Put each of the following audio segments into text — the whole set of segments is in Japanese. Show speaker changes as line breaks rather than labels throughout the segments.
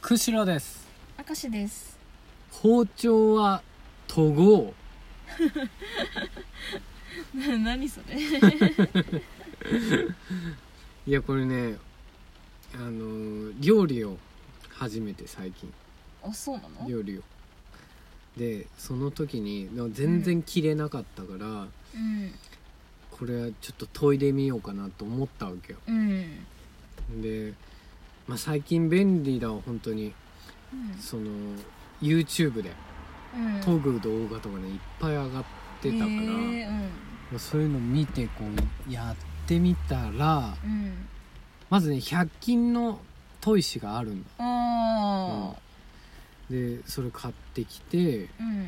くしろです
明石です
包丁は研ごう
な 何それ
いやこれねあのー料理を初めて最近
あそうなの
料理をでその時にでも全然切れなかったから、
うん
これはちょっと研いでみようかなと思ったわけよ
うん
で、まあ、最近便利だわ本当にその YouTube で
うん
研ぐ動画とかねいっぱい上がってたから、
へ
ま
えうん
あそういうの見てこうやってみたら
うん
まずね100均の砥石があるんだ
あ
でそれ買ってきて
あうん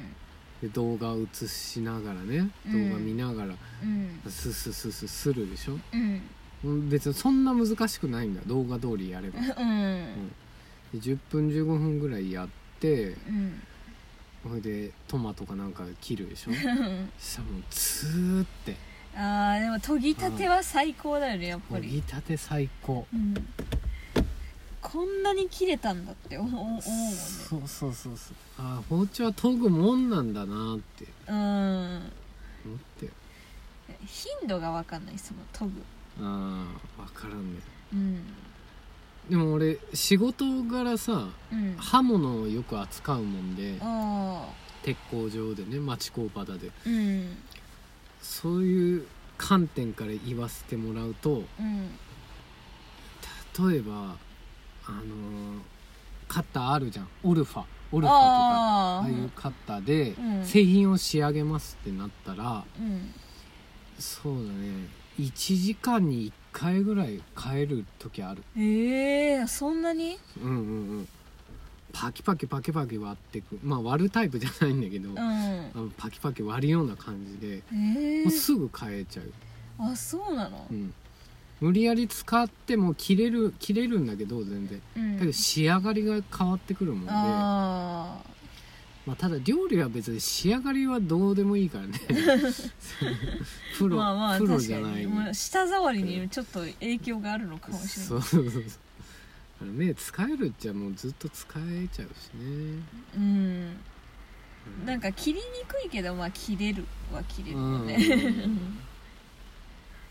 で動画を映しながらね
う
動
ん
画見ながら
うん
ススススするでしょ
うん
うん別にそんな難しくないんだ動画通りやればで
うん
10分15分ぐらいやって
うん
ほいでトマトかなんか切るでしょ
うん
したらもうツーって
あーでも研ぎたては最高だよねやっぱ
もう
り、
ぎたて最高
うん、こんなに切れたんだっておお思うもんね
そうそうそうそうああ包丁は研ぐもんなんだなって
うん
思って
頻度が分かんないその研ぐ
ああ分からんね
うん
でも俺仕事柄さ
うん
刃物をよく扱うもんで
ああ
鉄工場でね町工場だで
うん
そういう観点から言わせてもらうと
うん
例えばあのーカッターあるじゃんオルファオルファとかあ
あ
あいうカッターで
うん
製品を仕上げますってなったら、
ーうん
そうだね1時間に1回ぐらい変える時ある
ええそんなに
うんうんうんパキパキパキパキ割ってくまあ割るタイプじゃないんだけど、
う
あ
ん
のパキパキ割るような感じで、
ええ
もうすぐ変えちゃう、
あそうなの
うん、無理やり使っても切れる切れるんだけど全然
うん
だけど仕上がりが変わってくるもんで、ま
あ
あ、ただ料理は別に仕上がりはどうでもいいから ねプ
あ
ロ、
まあまあ
プロ
確
じ
か
ゃない
にもう舌触りにちょっと影響があるのかもしれ
そ
ないう
そうそうあのね使えるっちゃもうずっと使えちゃうしね
うん
う
なんか切りにくいけどまあ切れるは切れるよね
うん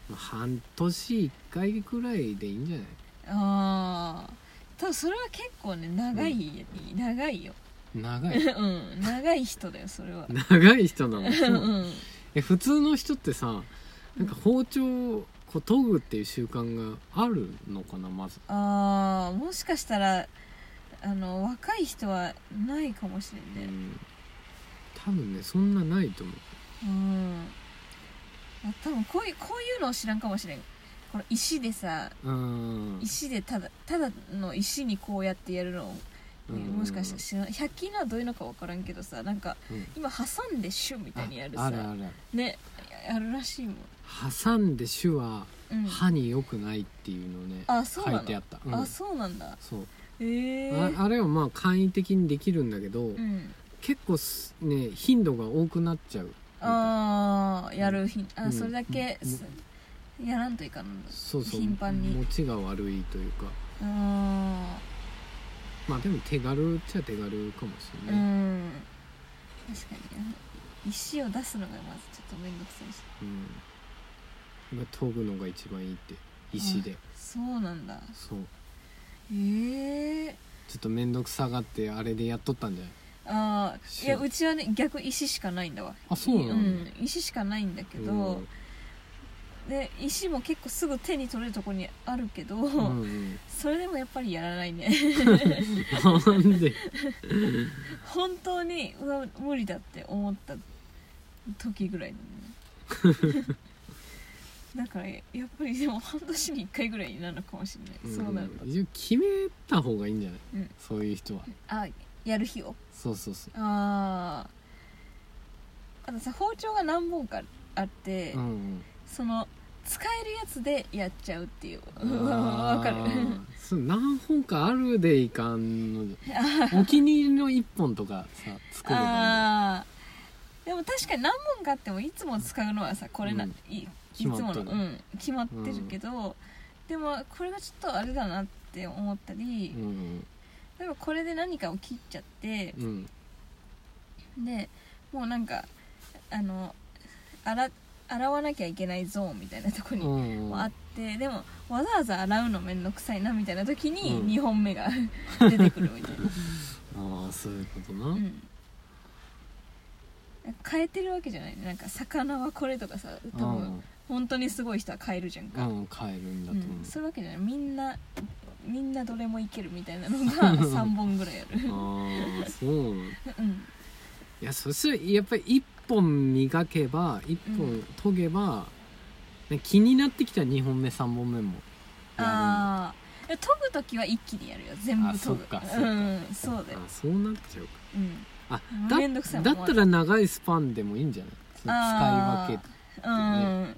まあ半年1回くらいでいいんじゃない
ああ多分それは結構ね長い、長いよ
長
う
い
ん長い人だよそれは
長い人なの
う
そうんえ普通の人ってさなんか包丁をこう研ぐっていう習慣があるのかなまず
ああもしかしたらあの若い人はないかもし
う
れんね
ん多分ねそんなないと思う
うんあ多分こういうこういうのを知らんかもしれんこの石でさ
うん
石でただただの石にこうやってやるのを、
うん
もしかしたら知らん100均のはどういうのか分からんけどさなんか、
うん
今挟んでシュみたいにやる
あ
さ
あるある
ねやるらしいもん、
挟んで手は
うん、
歯に良くないっていうのね、
あそうな
書
の
いてあった、うん
あそうなんだ
そう
へえ
ああれはまあ簡易的にできるんだけど、
うん
結構すね頻度が多くなっちゃう
ああやるひんあ、
うん
それだけす、やらんといかんの
そうそう
頻繁に
持ちが悪いというか
あ
まあでも手軽っちゃ手軽かもし
ー
れ
う
ない、
ん確かにあの石を出すのがまずちょっと面倒くさいし
うんまあ研ぐのが一番いいって石で
そうなんだ
そう
へえ
ちょっと面倒くさがってあれでやっとったんじゃない
ああいや
そう
うちはね逆石しかないんだわ
あそうなの
ん、石しかないんだけど、
うん
で石も結構すぐ手に取れるとこにあるけど、
うんうん、
それでもやっぱりやらないね
なんで
本当にうわ無理だって思った時ぐらい だねだからやっぱりでも半年に1回ぐらいなのかもしれない、 そうなると
ん一応決めた方がいいんじゃない、
うん
そういう人は
あやる日を
そうそうそ
あああとさ包丁が何本かあって、
う、うん
その使えるやつでやっちゃうっていう
うん、
わかる
あーそう何本かあるでいかんのじ
あ
ゃお気に入りの1本とかさ作ればいいんだよ
あーでも確かに何本かあってもいつも使うのはさこれな、
うん
いいつ
決ま
も
っと
の
る
うん、決まってるけど、でもこれがちょっとあれだなって思ったり、
うん
例えばこれで何かを切っちゃって
うん
でもうなんかあの洗洗わなきゃいけないゾーンみたいなとこ
う
に
ん
もあってでもわざわざ洗うの面倒くさいなみたいな時に
うん
2本目が 出てくるみたいな、
ああそういうことな、
うん、変えてるわけじゃないねなんか魚はこれとかさ多分本当にすごい人は変えるじゃん
う
か、
ん、うん、変えるんだ
う
と
ん
思う、
そういうわけじゃないみんなみんなどれもいけるみたいなのが3本ぐらいある
ああそうなんだ
うん
いやそしたらやっぱり一本磨けば一
う
本研げば、ね気になってきたら2本目3本目もや
ああ研ぐ時は一気にやるよ全
あ
部
そ
研
っ
ぐ
かそっか
うんそうだ
る
よ
あ、そうなっちゃうか
うん、
あ
もう
だ
めんどくさいもん
だったら長いスパンでもいいんじゃないその
あ
使い
ー
分け
うん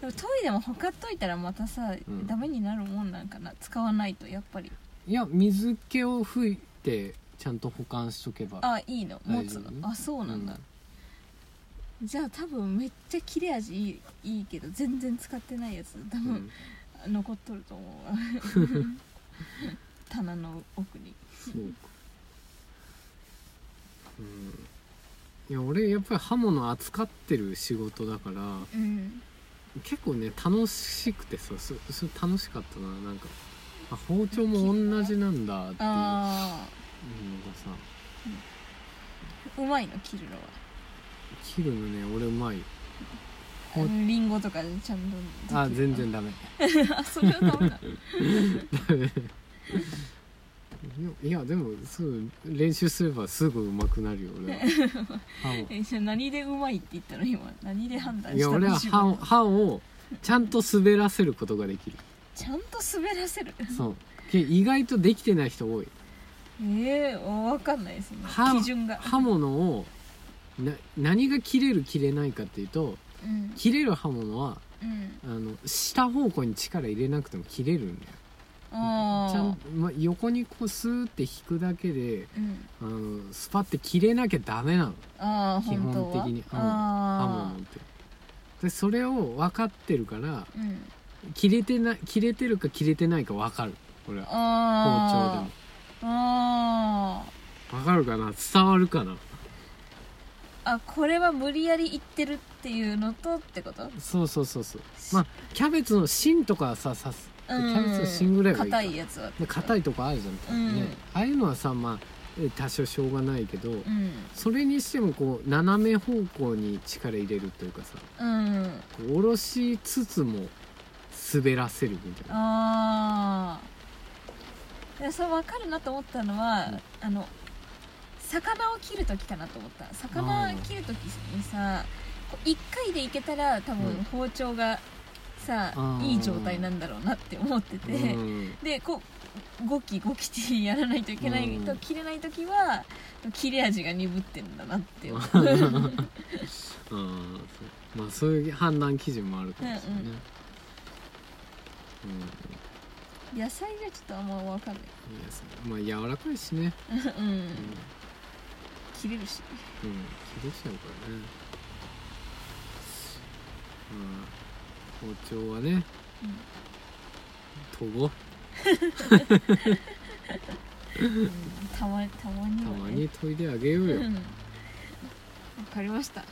でもトイレもほかっといたらまたさ、
うん
ダメになるもんなんかな使わないとやっぱり
いや水気を拭いてちゃんと保管しとけば
あいいの持つ
大丈
の
夫
あそうなんだ、じゃあ多分めっちゃ切れ味いいいいけど全然使ってないやつ多
うん、
分、残っとると思うわ 棚の奥に
そうかうんいや俺やっぱり刃物扱ってる仕事だから
うん
結構ね楽しくてさそそ楽しかったななんかあ包丁も同じなんだっていうのが
あ
さ
あうまいの切るのは
切るのね俺うまい
あ
ほ
のリンゴとかでちゃんとできる
あ全然ダメ
あそれはダメだ
いやいやでもそう練習すればすぐ上手くなるよ俺 は歯を
えじゃあ何でうまいって言ったの今何で判断
い
し
や
たの
俺は
自分
歯を歯をちゃんと滑らせることができる
ちゃんと滑らせる
そうけ意外とできてない人多い
ええわかんないですね
歯
基準が
刃物をな何が切れる切れないかっていうと
うん
切れる刃物は
うん
あの下方向に力入れなくても切れるんだよ
あ
ちゃん
あ、
ま、横にこうスーって引くだけで
うん、
あのスパって切れなきゃダメなの
ああ
基
本
本
当は
的にうん刃
あ
物ってでそれを分かってるから
あうん
切れてな切れてるか切れてないか分かる俺は包丁で
あ
も
ああ
分かるかな伝わるかな
ああこれは無理やり言ってるっていうのとってこと
そうそうそうそうまあキャベツの芯とかはさ刺すでキ
うん
ャベツの芯ぐらいはいいか
硬いやつは
で硬いとこあるじゃん、
うん
ねああいうのはさまあえ多少しょうがないけど、
うん
それにしてもこう斜め方向に力入れるというかさ
うん
こう下ろしつつも滑らせるみたいな
ああいやそう分かるなと思ったのは、
うん
あの魚を切る時かなと思った魚
うん
切る時にさこう1回でいけたら多
うん
分包丁がさ、
うん
いい状態なんだろうなって思ってて、
うん
でこうゴキゴキってやらないといけないと、
うん
切れない時は切れ味が鈍ってんだなって思う
あーそうまあそういう判断基準もあるかもしれないね、うん
野菜じゃちょっとあんま分かんない
いいですねまあ柔らかいしね、
う
うん
ん切れるし
うん、切れちゃうからね。うん、包丁はね、
うん
とご、
うんたまたまに
た
はね
まに研いであげようよ。
うんわかりました。